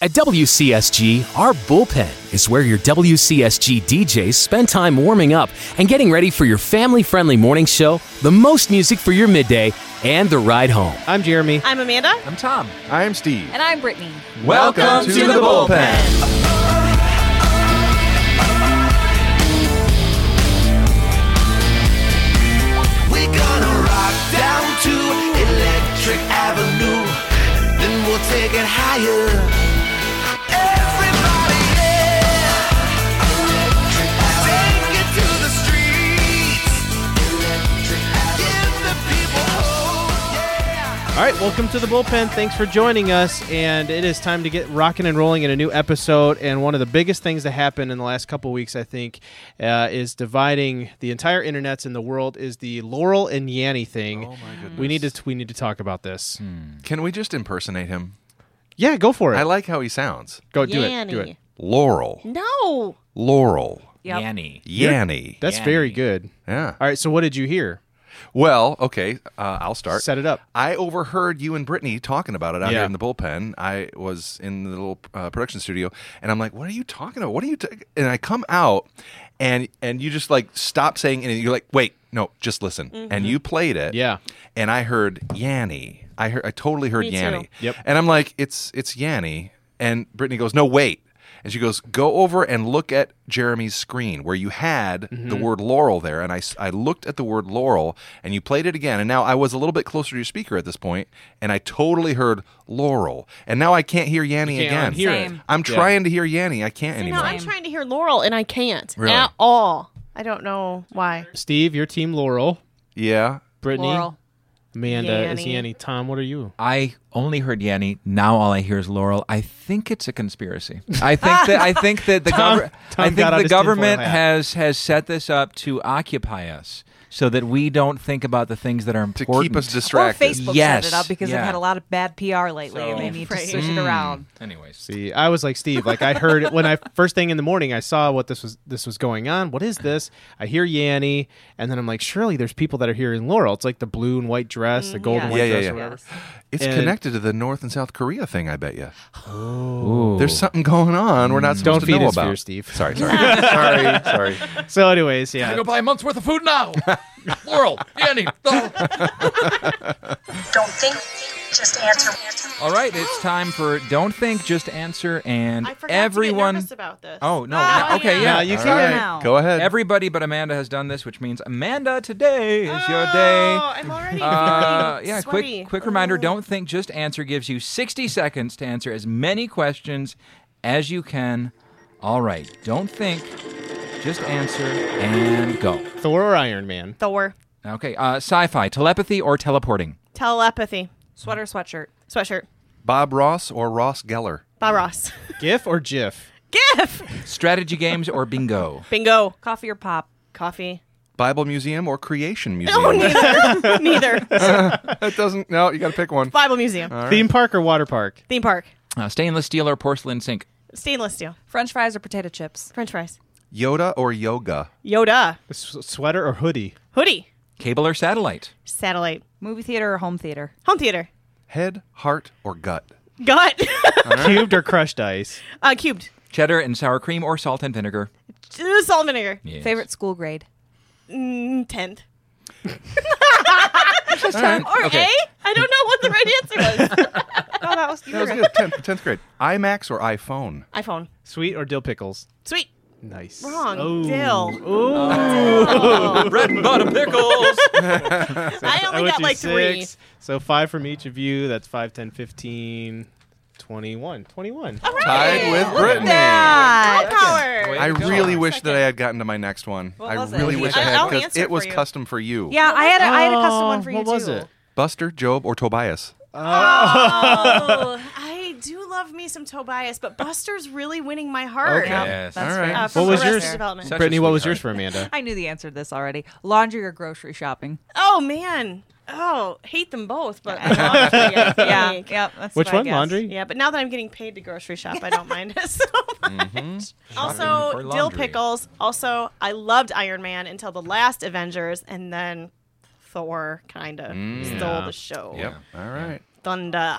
At WCSG, our bullpen is where your WCSG DJs spend time warming up and getting ready for your family friendly morning show, the most music for your midday, and the ride home. I'm Jeremy. I'm Amanda. I'm Tom. I am Steve. And I'm Brittany. Welcome, Welcome to, to, the, the bullpen. bullpen. take it higher. Everybody, yeah. Take it to the streets. Give the people hope. Yeah. All right, welcome to the bullpen. Thanks for joining us. And it is time to get rocking and rolling in a new episode. And one of the biggest things that happened in the last couple weeks, I think, uh, is dividing the entire internets in the world is the Laurel and Yanny thing. Oh my goodness. We need to we need to talk about this. Can we just impersonate him? Yeah, go for it. I like how he sounds. Go do it. Do Yanny. it. Laurel. No. Laurel. Yep. Yanny. Yanny. That's Yanny. very good. Yeah. All right, so what did you hear? Well, okay, uh, I'll start. Set it up. I overheard you and Brittany talking about it out Yeah. here in the bullpen. I was in the little uh, production studio, and I'm like, "What are you talking about? What are you?" ta-" And I come out, and and you just like stop saying, and you're like, "Wait, no, just listen." And you played it, Yeah. And I heard Yanny. I heard. I totally heard Me too. Yanny. Yep. And I'm like, "It's it's Yanny." And Brittany goes, "No, wait." And she goes, "Go over and look at Jeremy's screen where you had the Mm-hmm. word Laurel there." And I, s- I looked at the word Laurel, and you played it again. And now I was a little bit closer to your speaker at this point, and I totally heard Laurel. And now I can't hear Yanny You again. can't unhear it. Same. I'm Yeah. trying to hear Yanny. I can't No, anymore. I'm trying to hear Laurel and I can't Really? at all. I don't know why. Steve, your team Laurel. yeah. Brittany, Laurel. Amanda is Yanny. Yanny. Tom, what are you? I only heard Yanny. Now all I hear is Laurel. I think it's a conspiracy. I think that I think that the Tom- government Tom I think got out the his tinfoil government hat. has has set this up to occupy us so that we don't think about the things that are To important keep us Or distracted. Facebook Yes. set it up because Yeah. they've had a lot of bad PR lately and they need to Right. switch it around. Anyways, See, I was like Steve. Like I heard it when I first thing in the morning, I saw what this was. This was going on. What is this? I hear Yanny, and then I'm like, surely there's people that are hearing Laurel. It's like the blue and white dress, the gold yes. and white Yeah, yeah, dress, yeah. or whatever. It's And- connected to the North and South Korea thing, I bet you. There's something going on we're not supposed Oh. Mm. Don't to feed know his about. fear, Steve. Sorry, sorry, sorry, sorry. So, anyways, yeah. buy a month's worth of food now. Laurel, Yanny. Don't think, just answer. All right, it's time for don't think, just answer, and I forgot everyone. to get nervous about this. oh no! Ah, no, okay, yeah. yeah. Uh, you All can. right, now. Go ahead. Everybody but Amanda has done this, which means Amanda, today is your Oh, day. I'm already Uh, feeling sweaty. yeah, Oh. quick quick reminder, don't think just answer gives you 60 seconds to answer as many questions as you can. All right, don't think, just answer and go. Thor or Iron Man? Thor. Okay, uh, sci-fi, telepathy or teleporting? Telepathy. Sweater, sweatshirt. Sweatshirt. Bob Ross or Ross Geller? Bob Ross. GIF or GIF? GIF. Strategy games or bingo? Bingo. Coffee or pop. Coffee. Bible Museum or Creation Museum? Oh, neither. neither. that doesn't. No, you got to pick one. Bible Museum. Theme park or water park? Theme park. Uh, stainless steel or porcelain sink? Stainless steel. French fries or potato chips. French fries. Yoda or yoga? Yoda. S- sweater or hoodie? Hoodie. Cable or satellite? Satellite. Movie theater or home theater. Home theater. Head, heart, or gut? Gut. Uh. Cubed or crushed ice? uh, cubed. Cheddar and sour cream or salt and vinegar? Uh, Salt and vinegar. Yes. Favorite school grade. Tenth. Or A? I don't know what the right answer was. Oh, that was That was good. Tenth, tenth grade. IMAX or iPhone? iPhone. Sweet or dill pickles? Sweet. Nice. Wrong. Oh. Dill. Bread and butter pickles. I I only went got to like three. six. So five from each of you. That's 5, 10, 15, 21. 21. Tied with Brittany. that. Power. I really wish that I had gotten to my next one. I was it? really wish I I'll- had I'll because answer it it was for you. custom for you. Yeah, I had a, I had a custom one Oh, for you What too. was it? Buster, Job, or Tobias? Oh, I do love me some Tobias, but Buster's really winning my heart. Okay. Yes. That's All right. fair. Uh, What from What was Arrested yours? Development. Such- Brittany, what was sweetheart. yours for Amanda? I knew the answer to this already. Laundry or grocery shopping. Oh man. Oh, hate them both, but I love Tobias. Yeah, yeah. yep. That's Which what I one? guessed. Laundry? Yeah, but now that I'm getting paid to grocery shop, I don't mind it so much. Mm-hmm. for Also, dill laundry. pickles. Also, I loved Iron Man until the last Avengers, and then Mm. Thor kind of stole the show. All right. Thunder.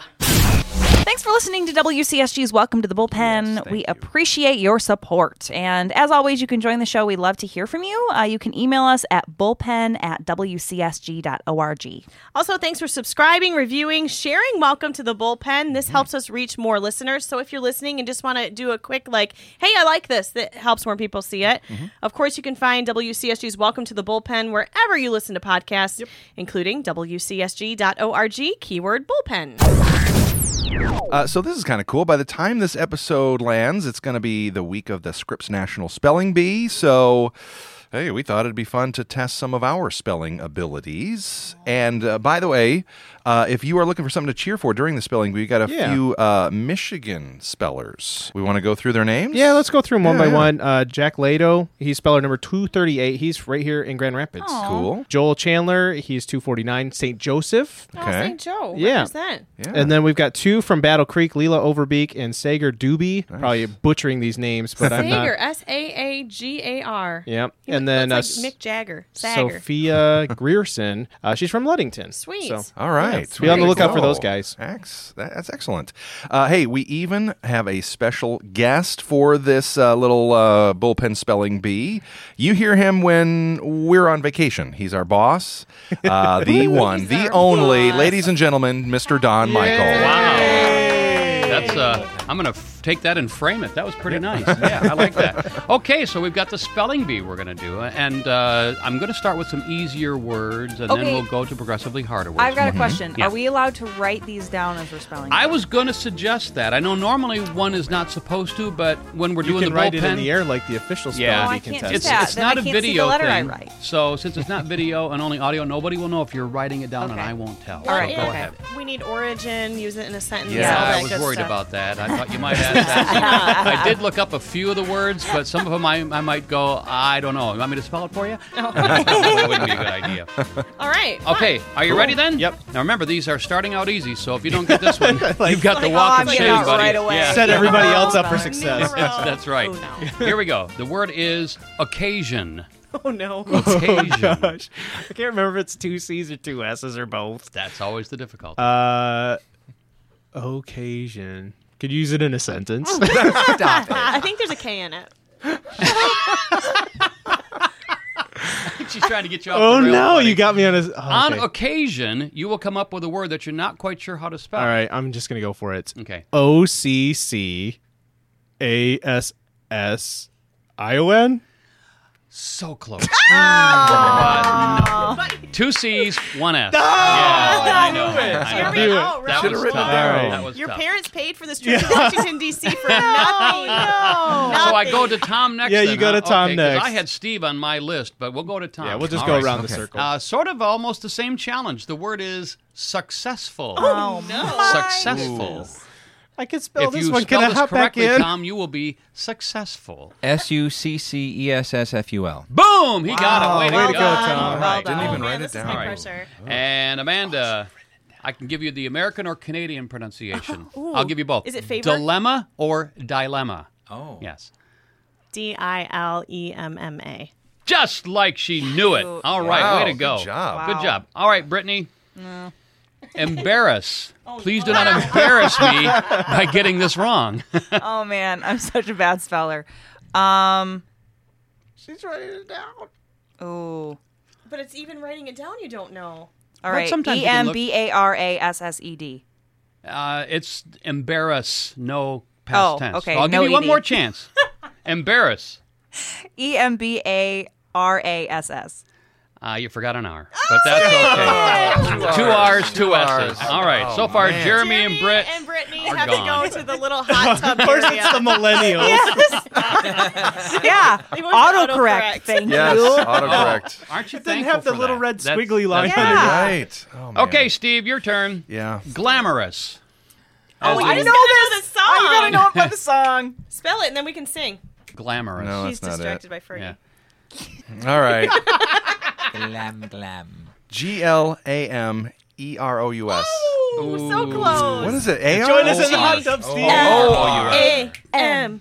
Thanks for listening to WCSG's Welcome to the Bullpen. we appreciate your support. And as always, you can join the show. We'd love to hear from you. Uh, you can email us at bullpen at wcsg.org. Also, thanks for subscribing, reviewing, sharing. Welcome to the bullpen. This helps us reach more listeners. So if you're listening and just want to do a quick, like, hey, I like this, that helps more people see it. Of course, you can find WCSG's Welcome to the Bullpen wherever you listen to podcasts, including WCSG.org, keyword bullpen. Uh, so this is kind of cool. By the time this episode lands, it's going to be the week of the Scripps National Spelling Bee. So. Hey, we thought it'd be fun to test some of our spelling abilities. And uh, by the way, uh, if you are looking for something to cheer for during the spelling bee, we got a Yeah. few uh, Michigan spellers. We want to go through their names. Yeah, let's go through them one Yeah, by yeah. one. Uh, Jack Lado, he's speller number 238. He's right here in Grand Rapids. Cool. Joel Chandler, he's 249. St. Joseph. Oh, Okay. St. Joe. Yeah. Represent. Yeah. And then we've got two from Battle Creek, Leela Overbeek and Sager Doobie. Probably butchering these names, but I'm Sager, not. S A A G A R. Yep. He looks And then like uh, Mick Jagger. Sager. Sophia Grierson. Uh, she's from Ludington. Sweet. So All right. be on the lookout for those guys. Ex- that's excellent. Uh, hey, we even have a special guest for this uh, little uh, bullpen spelling bee. You hear him when we're on vacation. He's our boss, uh, the one, the only, ladies and gentlemen, Mr. Don Michael. Wow. That's uh I'm going to f- take that and frame it. That was pretty nice. Yeah, I like that. Okay, so we've got the spelling bee we're going to do and uh, I'm going to start with some easier words and Okay. then we'll go to progressively harder words. I've got a question. Mm-hmm. Yeah. Are we allowed to write these down as we're spelling? I was going to suggest that. I know normally one is not supposed to, but when we're You doing can the write it bullpen in the air like the official spelling Yeah. No, I bee can't do contestant. It's, that. it's Then I not a can't see the video letter thing. I write. So since it's not video and only audio, nobody will know if you're writing it down, and Okay. I won't tell. Or so right, go if okay. ahead. We need origin, use it in a sentence. Yeah, Yeah, all that I was good worried stuff. about that. I thought you might ask that. I did look up a few of the words, but some of them I, I might go, I don't know. You want me to spell it for you? Oh. that wouldn't be a good idea. All right. Okay, are you ready then? Yep. Now remember, these are starting out easy, so if you don't get this one, you've got the Like, walk oh, I'm of getting shame, out buddy. right away. Yeah. Set everybody else up for Numero success. Numero That's right. uno. Here we go. The word is occasion. Oh no. Oh, Occasion. I can't remember if it's two C's or two S's or both. That's always the difficulty. Uh, occasion. Could you use it in a sentence. Stop it. I think there's a K in it. She's trying to get you off oh the rails, no, buddy. you got me on a. oh, On okay. occasion, you will come up with a word that you're not quite sure how to spell. All right, I'm just gonna go for it. Okay. O C C A S S I O N. So close. Oh. But no. Two C's, one S. yeah, I know. I know. it. Oh, That Ralph. was written tough. it down. That was Your tough. parents paid for this trip to Washington D.C. for nothing. no. so I go to Tom next. Yeah, then, you go to huh? Tom Okay, 'cause next. I had Steve on my list, but we'll go to Tom. Yeah, we'll just All go right. around the circle. Uh, sort of almost the same challenge. The word is successful. Oh, successful. I can spell if this you one. spell Can I this hop back correctly, in? Tom, you will be successful. S U C C E S S F U L. Boom! He got it. Way, way to to go, go, Tom. Tom. Right. Didn't even man, write it this is down. high All right. pressure. Oh. And Amanda, I can give you the American or Canadian pronunciation. Ooh. I'll give you both. Is it favor? Dilemma or dilemma? Oh. Yes. D I L E M M A. Just like she knew it. All right, Wow, way to go. good job. Good job. All right, Brittany. Embarrass. Oh, Please do not embarrass me by getting this wrong. Oh man, I'm such a bad speller. Um, She's writing it down. ooh. But it's even writing it down. You don't know. All right. sometimes E you can M look- B A R A S S E D. Uh, it's embarrass, no past Oh, tense. okay, I'll no give you one ED. more chance. embarrass. E M B A R A S S. Uh, you forgot an R, but that's okay. two R's, two S's. All right. so far, Jeremy and Britt. and Brittany are have gone. to go to the little hot tub Of course, area. it's the millennials. Yeah. went to autocorrect. autocorrect. Thank Yes, you. autocorrect. Aren't you Didn't thankful have the for little that? red That's- squiggly line. that's- on it. Yeah. Right. Oh, man. Okay, Steve, your turn. Yeah. Glamorous. Oh, I know gotta know this. the song. Oh, I gotta know it by the song. Spell it, and then we can sing. Glamorous. No, He's that's not distracted it. by Fergie. Yeah. All right. Glam glam. G L A M E R O U S. Oh. Ooh, so close. What is it? A R? oh, Join us in the hot tub, Steve. Oh, you're right. A M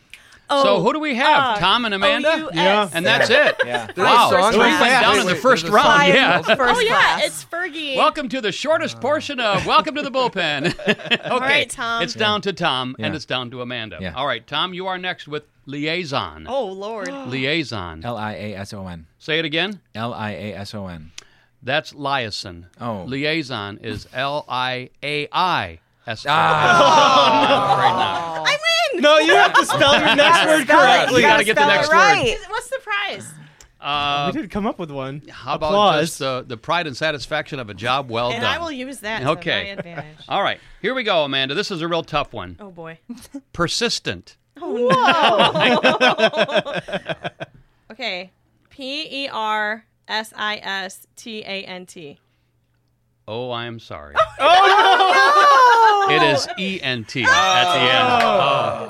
O So So who do we have? Tom and Amanda? Yeah. And that's it. Yeah. There's a Wow. song Three like went that. down in the Wait, first there's a round. song Yeah. called oh yeah, it's Fergie. Welcome to the Uh, shortest portion of Welcome to the Bullpen. okay. right, Tom. It's down to Tom and Yeah. it's down to Amanda. Yeah. All right, Tom, you are next with Liaison. Oh Lord. Liaison. L I A S O N. Say it again. L I A S O N. That's liaison. Oh. Liaison is L I A I S O N. I win. No, you have to spell your next word Spell it. correctly. You gotta get the spell it next word. right. What's the prize? Uh, we did come up with one. how about Applause. just uh, the pride and satisfaction of a job well and done? I will use that Okay. to my advantage. All right, here we go, Amanda. This is a real tough one. Oh boy. Persistent. Okay. P E R S I S T A N T. Oh, I am sorry. Oh, no! It is E N T at the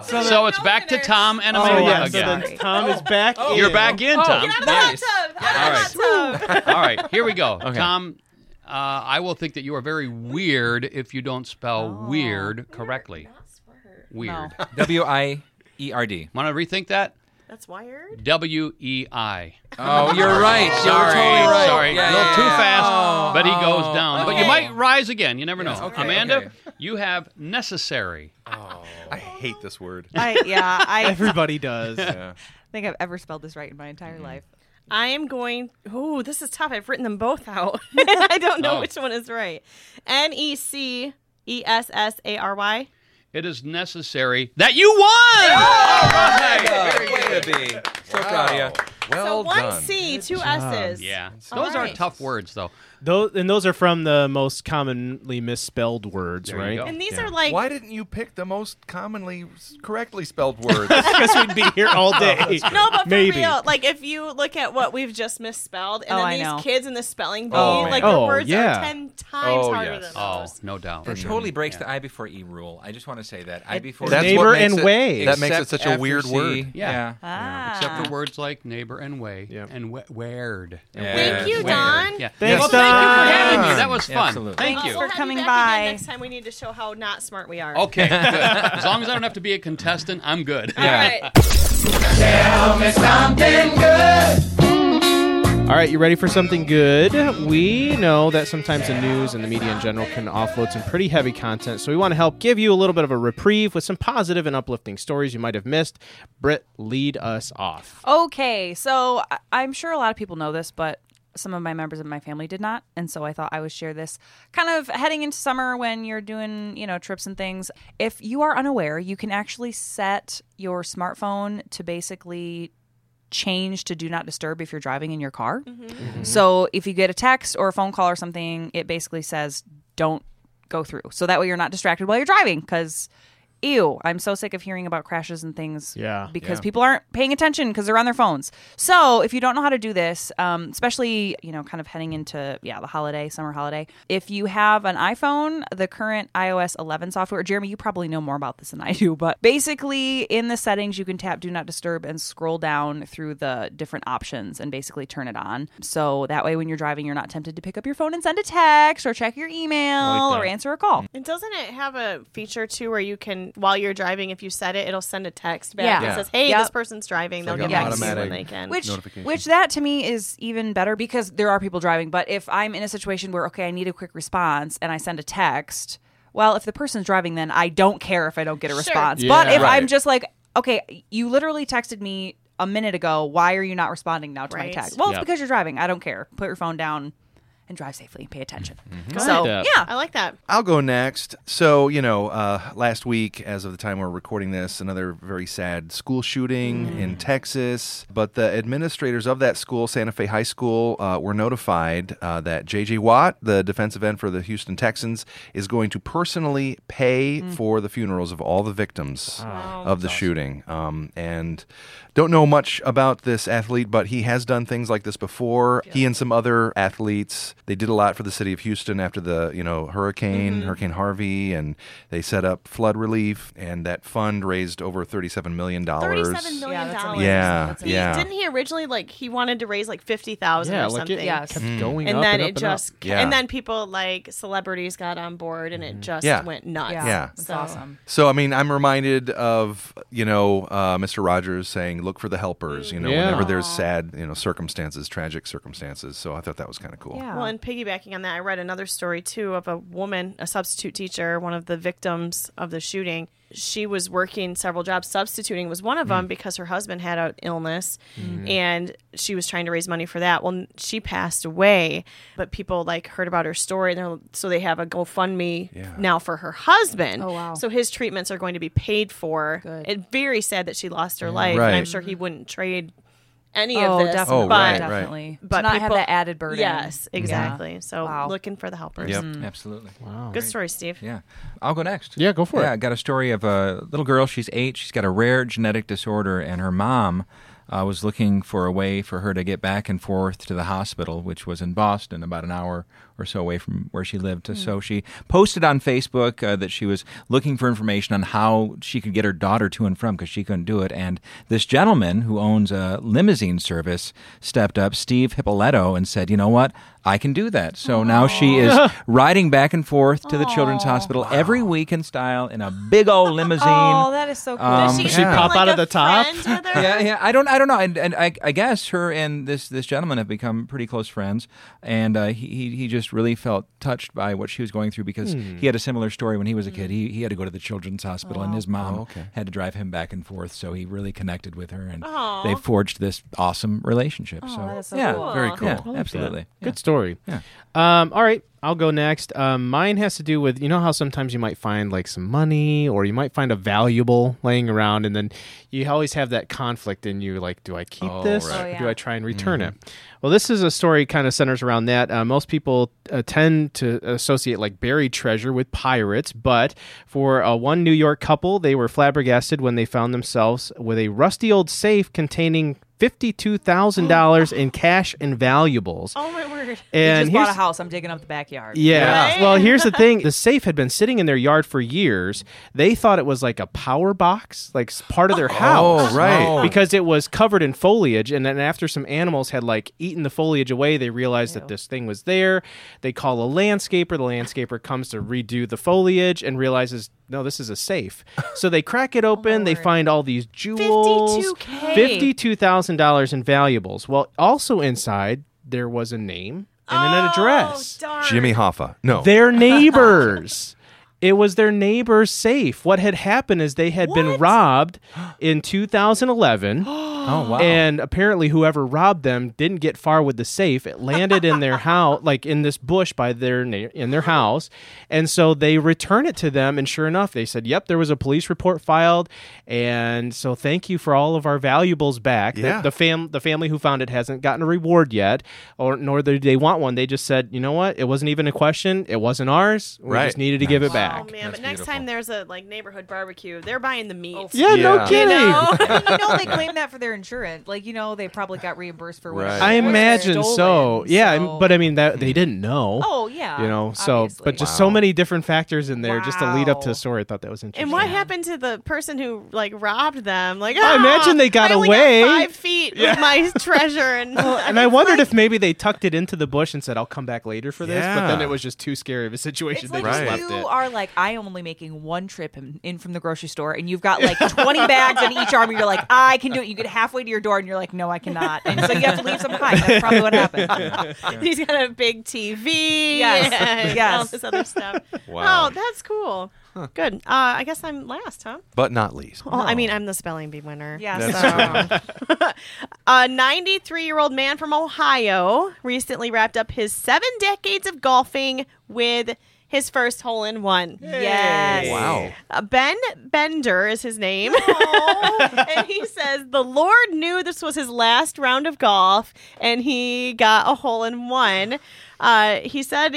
end. Oh. So, it's back to Tom and Oh, Amanda yeah. So again. then Tom is back. Oh. You're in. back in, Tom. Out of Nice. the hot tub. Out of the hot tub. All right, here we go. Tom, uh, I will think that you are very weird if you don't spell Oh. weird correctly. Weird. W I E R D. Want to rethink that? That's wired. W E I. Oh, you're right. Sorry, You're totally right. sorry. Yeah, a little yeah, too yeah. fast, Oh. but he goes down. But you Okay. might rise again. You never know. okay, Amanda, okay. you have necessary. I hate this word. I, yeah, I don't Everybody does. think I've ever spelled this right in my Mm-hmm. entire life. I am going. Ooh, this is tough. I've written them both out. I don't know Oh. which one is right. N E C E S S A R Y. It is necessary that you won. All right. Way to be. So proud of you. Well so one done. C, two S's. Yeah, those All are right. tough words, though. Those and those are from the most commonly misspelled words, There you right? go. And these Yeah. are like Why didn't you pick the most commonly correctly spelled words? Because we'd be here all day. Oh, No, but for Maybe. real, like if you look at what we've just misspelled, and Oh, then I these know. kids in the spelling bee, Oh, man. like their Oh, words yeah. are ten times Oh, harder yes. than Oh, ours. no doubt. It totally breaks the I before E rule. I just want to say that. I before That's E. Neighbor what makes and it- way. That makes it Except E such a after weird C. word. Yeah. Yeah. Ah. Except for words like neighbor and way Yep. and we- weird. And Yeah. weird. Thank you, Weird. Don. Yeah. Thanks, well, thank you Don. for having me. That was fun. Absolutely. Thank Well, you. we'll for have coming you back again by. Next time we need to show how not smart we are. Oh. Okay, good. As long as I don't have to be a contestant, I'm good. All right. All right, you ready for something good? We know that sometimes the news and the media in general can offload some pretty heavy content, so we want to help give you a little bit of a reprieve with some positive and uplifting stories you might have missed. Britt, lead us off. Okay, so I- I'm sure a lot of people know this, but some of my members of my family did not, and so I thought I would share this. Kind of heading into summer when you're doing, you know, trips and things. If you are unaware, you can actually set your smartphone to basically change to do not disturb if you're driving in your car. So if you get a text or a phone call or something, it basically says don't go through. So that way you're not distracted while you're driving because ew, I'm so sick of hearing about crashes and things Yeah. because people aren't paying attention because they're on their phones. So if you don't know how to do this, um, especially you know, kind of heading into yeah the holiday, summer holiday, if you have an iPhone, the current iOS 11 software, Jeremy, you probably know more about this than I do, but basically in the settings you can tap Do Not Disturb and scroll down through the different options and basically turn it on. So that way, when you're driving, you're not tempted to pick up your phone and send a text or check your email or answer a call. And doesn't it have a feature too where you can, while you're driving, if you set it, it'll send a text back Yeah. that Yeah. says, "Hey, Yep. this person's driving." They'll like get an back to you when automatic they can. which notification. which that to me is even better because there are people driving but if i'm in a situation where okay i need a quick response and i send a text well if the person's driving then i don't care if i don't get a response but Yeah. if i'm Right. just like okay you literally texted me a minute ago why are you not responding now to Right. my text well Yeah. it's because you're driving i don't care put your phone down and drive safely and pay attention I so like that. yeah I like that. I'll go next. So, you know, uh, last week, as of the time we're recording this, another very sad school shooting in Texas. But the administrators of that school, Santa Fe High School, uh, were notified uh, that J.J. Watt, the defensive end for the Houston Texans, is going to personally pay for the funerals of all the victims of the shooting. Um, and don't know much about this athlete, but he has done things like this before. He and some other athletes They did a lot for the city of Houston after the you know hurricane, Hurricane Harvey, and they set up flood relief, and that fund raised over thirty-seven million dollars. Thirty-seven million Yeah, dollars. yeah, yeah. Didn't he originally like he wanted to raise like fifty thousand Yeah, or like it something? Yes. kept Mm. going and up then and it up and just up. Yeah. and then people like celebrities got on board and Mm-hmm. it just Yeah. went nuts. Yeah. Yeah. That's So- awesome. So I mean, I'm reminded of you know uh, Mr. Rogers saying, "Look for the helpers." You know, Yeah. whenever there's sad, you know, circumstances, tragic circumstances. So I thought that was kind of cool. Yeah. Well, and piggybacking on that, I read another story too of a woman, a substitute teacher, one of the victims of the shooting. She was working several jobs. Substituting was one of Mm. them because her husband had an illness and she was trying to raise money for that. Well, n- she passed away, but people like heard about her story and they're- so they have a GoFundMe Yeah. now for her husband. Oh, wow. So his treatments are going to be paid for. Good. It's very sad that she lost her life. Right. And I'm sure he wouldn't trade any oh, of this. definitely, Oh, right, but- right. definitely. but to not have people- that added burden. Yes, exactly. So Wow. looking for the helpers. Yep. Absolutely. Wow. Good story, Steve. Yeah. I'll go next. Yeah, go for yeah, I it. got a story of a little girl. She's eight. She's got a rare genetic disorder, and her mom uh, was looking for a way for her to get back and forth to the hospital, which was in Boston, about an hour or so away from where she lived. So she posted on Facebook uh, that she was looking for information on how she could get her daughter to and from because she couldn't do it. And this gentleman who owns a limousine service stepped up, Steve Hippoletto, and said, You know what? I can do that. So now she is riding back and forth to the Children's Hospital every week in style in a big old limousine. Oh, that is so cool. Um, Does Does she she yeah. pop like out a of the top? friend with her? yeah, yeah. I don't, I don't know, and, and I, I guess her and this this gentleman have become pretty close friends, and uh, he he- he just really felt touched by what she was going through because Hmm. he had a similar story when he was a kid. He he had to go to the children's hospital, Oh. and his mom had to drive him back and forth, so he really connected with her, and Aw. they forged this awesome relationship. so that is so yeah, cool. Very Aw. cool. yeah, I like that. absolutely. Good story. Yeah. Um, all right, I'll go next. Um, mine has to do with you know how sometimes you might find like some money or you might find a valuable laying around, and then you always have that conflict in you like, do I keep Oh, this right. Oh, or yeah. do I try and return it? Well, this is a story kind of centers around that. Uh, most people uh, tend to associate like buried treasure with pirates, but for uh, one New York couple, they were flabbergasted when they found themselves with a rusty old safe containing. $52,000 in cash and valuables. Oh my word. You And just bought a here's, house. I'm digging up the backyard. yeah. Right? Well, here's the thing: the safe had been sitting in their yard for years. They thought it was like a power box, like s- part of their house. Oh, right. Because it was covered in foliage, and then after some animals had like eaten the foliage away, they realized that this thing was there. They call a landscaper. The landscaper comes to redo the foliage and realizes, no, this is a safe. So they crack Oh, it open. they find all these jewels, 52K. fifty-two thousand dollars in valuables. Well, also inside there was a name and an address Oh, darn. Jimmy Hoffa. No. their neighbors. It was their neighbor's safe. What had happened is they had been What? robbed in 2011, Oh wow. and apparently whoever robbed them didn't get far with the safe. It landed in their house, like in this bush by their na- in their house, and so they return it to them. And sure enough, they said, "Yep, there was a police report filed, and so thank you for all of our valuables back." The- Yeah. the fam the family who found it hasn't gotten a reward yet, or nor did they want one. They just said, you know what? It wasn't even a question. It wasn't ours. We Right. just needed to give Oh it back. man, That's but next beautiful. time there's a like neighborhood barbecue, they're buying the meat. Yeah, Yeah. no You kidding. I mean, you know they claim that for their insurance. Like you know they probably got reimbursed for. what Right. it I was imagine stolen, so. Yeah, I- so- but I mean that Hmm. they didn't know. oh yeah, you know. So, obviously. but just so many different factors in there just to lead up to Wow. the story. I thought that was interesting. And what happened to the person who like robbed them? Like, I "Ah, imagine they got I only away." five feet with my treasure, and And I wondered if maybe they tucked it into the bush and said, "I'll come back later for this," but then Yeah. it was just too scary of a situation. It's They like just Right. you left it. are like, I am only making one trip in, in from the grocery store, and you've got like 20 bags in each arm, and you're like, I can do it. You get halfway to your door, and you're like, no, I cannot. And so you have to leave some behind. That's probably what happened. he's got a big TV, Yes. and Yes. all this other stuff. Wow. Oh, that's cool. Good. Uh, I guess I'm last, huh? but not least. Well, I mean, I'm the spelling bee winner. Yeah, That's so A 93 year old man from Ohio recently wrapped up his seven decades of golfing with his first hole in one. yes, Wow. Uh, ben Bender is his name. and he says the Lord knew this was his last round of golf and he got a hole in one. Uh, he said.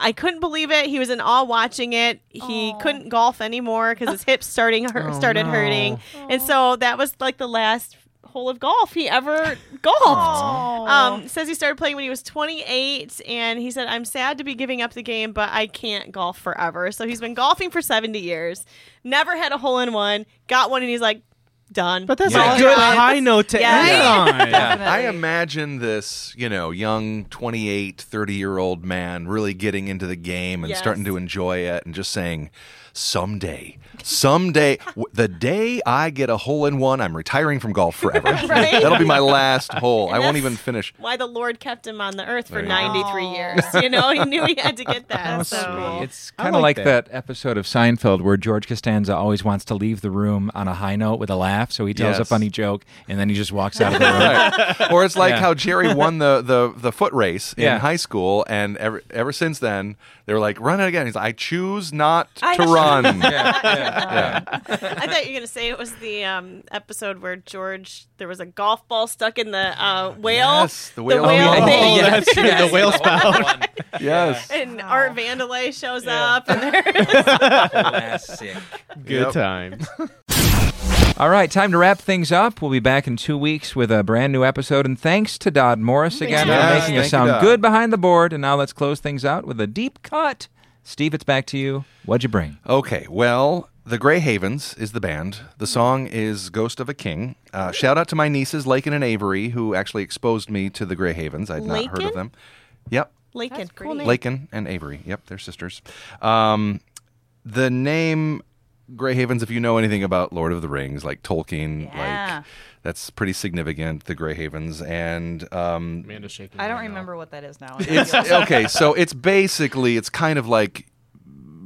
I couldn't believe it. He was in awe watching it. He couldn't Oh, golf anymore because his hips starting hurt, started hurting, and so that was like the last hole of golf he ever golfed. Um, says he started playing when he was 28, and he said, "I'm sad to be giving up the game, but I can't golf forever." So he's been golfing for 70 years, never had a hole in one, got one, and he's like, "Done." But that's All a good I got. high note to Yeah. end on. Yeah, I imagine this, you know, young 28, 30 year old man really getting into the game and Yes. starting to enjoy it and just saying, someday, someday, w- the day I get a hole in one, I'm retiring from golf forever. Right? That'll be my last hole. I won't that's- even finish. Why the Lord kept him on the earth for There you go. 93 years? You know, he knew he had to get that. so. It's I kind of like like, that. that. episode of Seinfeld where George Costanza always wants to leave the room on a high note with a laugh, so he tells a Yes. funny joke and then he just walks out of the room. Right. Or it's like Yeah. how Jerry won the, the, the foot race in Yeah. high school, and ever, ever since then, they were like, run it again. He's like, I choose not I- to run. I thought you were gonna say it was the um, episode where George there was a golf ball stuck in the uh, whale. Yes, the whale ball. thing. Oh, that's true. The whale spout. Yes. And Art Vandelay shows up, and they're Yep. Good times. All right, time to wrap things up. We'll be back in two weeks with a brand new episode. And thanks to Dodd Morris again Dodd. for Yes, making thank us you, sound Dodd. good behind the board. And now let's close things out with a deep cut. Steve, it's back to you. What'd you bring? Okay, well, the Grey Havens is the band. The song is Ghost of a King. Uh, shout out to my nieces, Lakin and Avery, who actually exposed me to the Grey Havens. I'd not heard Lakin? of them. Yep, Lincoln. Cool name. Lakin and Avery. Yep, they're sisters. Um, the name Grey Havens, if you know anything about Lord of the Rings, like Tolkien, Yeah. like that's pretty significant, the Grey Havens. And um, Amanda's shaking. I don't remember what that is now. it's okay so it's basically it's kind of like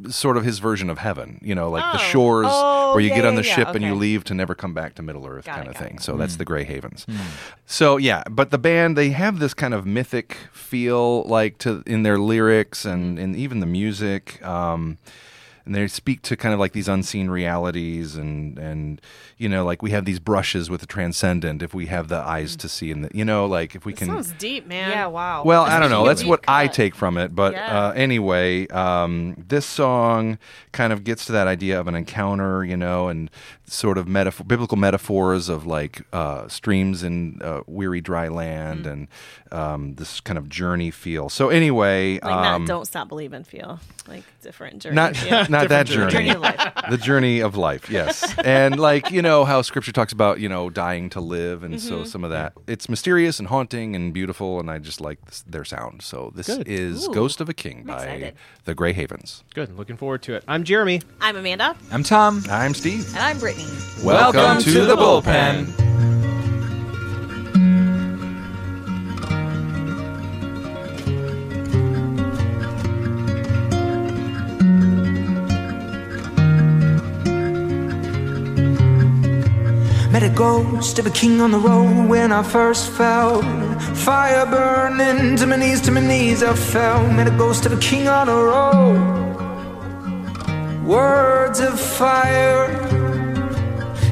sort of his version of heaven you know like the Oh. shores Oh, where you yeah, get on yeah, the yeah, ship and you okay. leave to never come back to middle earth Got it, kind of got it. Hmm. thing so that's the gray havens so yeah but the band they have this kind of mythic feel like to in their lyrics and Hmm. and even the music um and they speak to kind of like these unseen realities and and you know like we have these brushes with the transcendent if we have the Hmm. eyes to see and the, you know like if we can Sounds deep, man. yeah, wow. well, I don't know. That's Deep what I cut. take from it. But Yeah. uh, anyway, um, this song kind of gets to that idea of an encounter, you know, and sort of metaphor, biblical metaphors of like uh, streams in uh, weary dry land and um, this kind of journey feel. So anyway, Like um, not don't stop believing feel like different journey. not feel. not that journey. Journey of life. the journey of life, yes. and like you know how Scripture talks about you know dying to live, and so some of that. It's mysterious and haunting and beautiful, and I just like this, their sound. So this Good. is "Ghost of a King" by excited. the Grey Havens. Good. Looking forward to it. I'm Jeremy. I'm Amanda. I'm Tom. I'm Steve. And I'm Brittany. Welcome, to the bullpen. Met a ghost of a king on the road when I first fell. Fire burning to my knees, to my knees I fell. Met a ghost of a king on the road. Words of fire.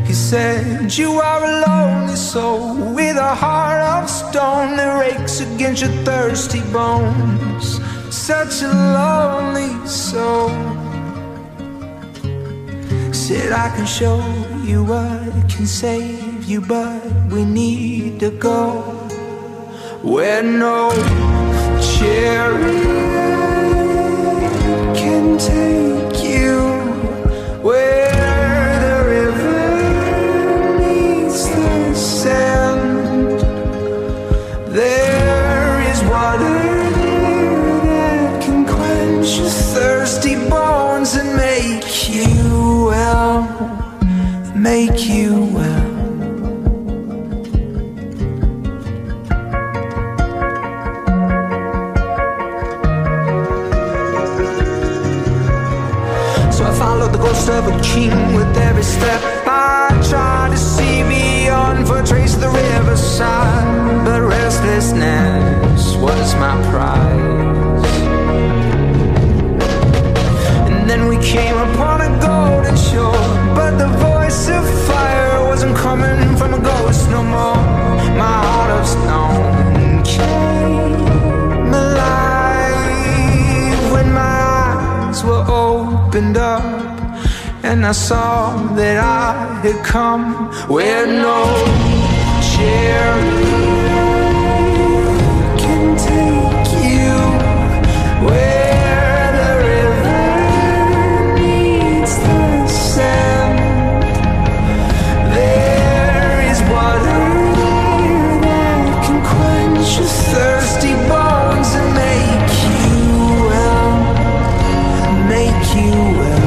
He said, You are a lonely soul with a heart of stone that rakes against your thirsty bones. Such a lonely soul. Said I can show you what can save you, but we need to go where no chariot can take you, where the river meets the sand. There is water there that can quench your thirsty bones and make you well, make you well. So I followed the ghost of a king with every step. I tried to see beyond for trace of the riverside, but restlessness was my prize. And then we came upon a golden shore, but the voice of fire wasn't coming from a ghost no more. My heart of stone came alive when my eyes were opened up, and I saw that I had come where no share can take you where the river meets the sand. There is water that can quench your thirsty bones and make you well, make you well.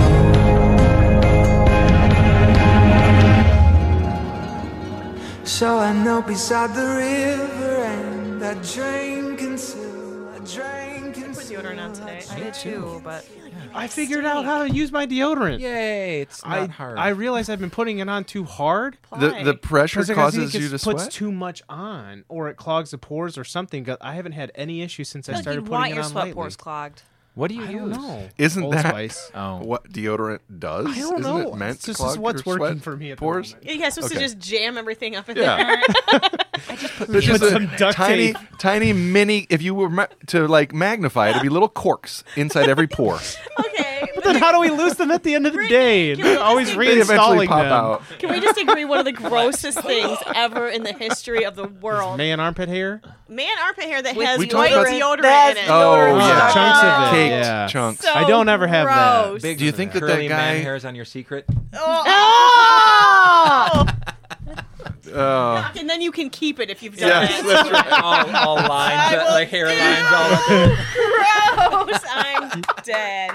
So I knelt beside the river and I drank until I drank until I put deodorant on today. I did too, but I figured out how to use my deodorant. Yay! It's I, not hard. I realize I've been putting it on too hard. The- the pressure 'Cause, like, I causes think it you to puts sweat? too much on, or it clogs the pores, or something. 'cause I haven't had any issues since I Like, started you putting want it your on sweat lately. pores clogged. What do you I use? Oh. don't know. Isn't Old that Spice. what deodorant does? I don't Isn't know. It meant to This is clog what's your working sweat for me at the pores? Yeah, you're supposed to just jam everything up in Yeah. there. There's just Put a some duct tiny, tape. tiny mini. If you were ma- to like magnify, it, it'd be little corks inside every pore. okay. But then how do we lose them at the end of the day? can we They're always just- They eventually reinstalling pop them. out. Can we just agree one of the grossest things ever in the history of the world? Man, Man armpit hair. armpit hair that With has We white talked about- deodorant That's in it. Oh Deodorant yeah, stuff. Chunks of it, Caked yeah. chunks. So I don't ever have that. gross. Do you think that curly that man guy- hairs on your secret? Oh! Oh. and then you can keep it if you've done Yes, it. that's right. all, all lines, I will like hairlines, all. Gross! I'm dead.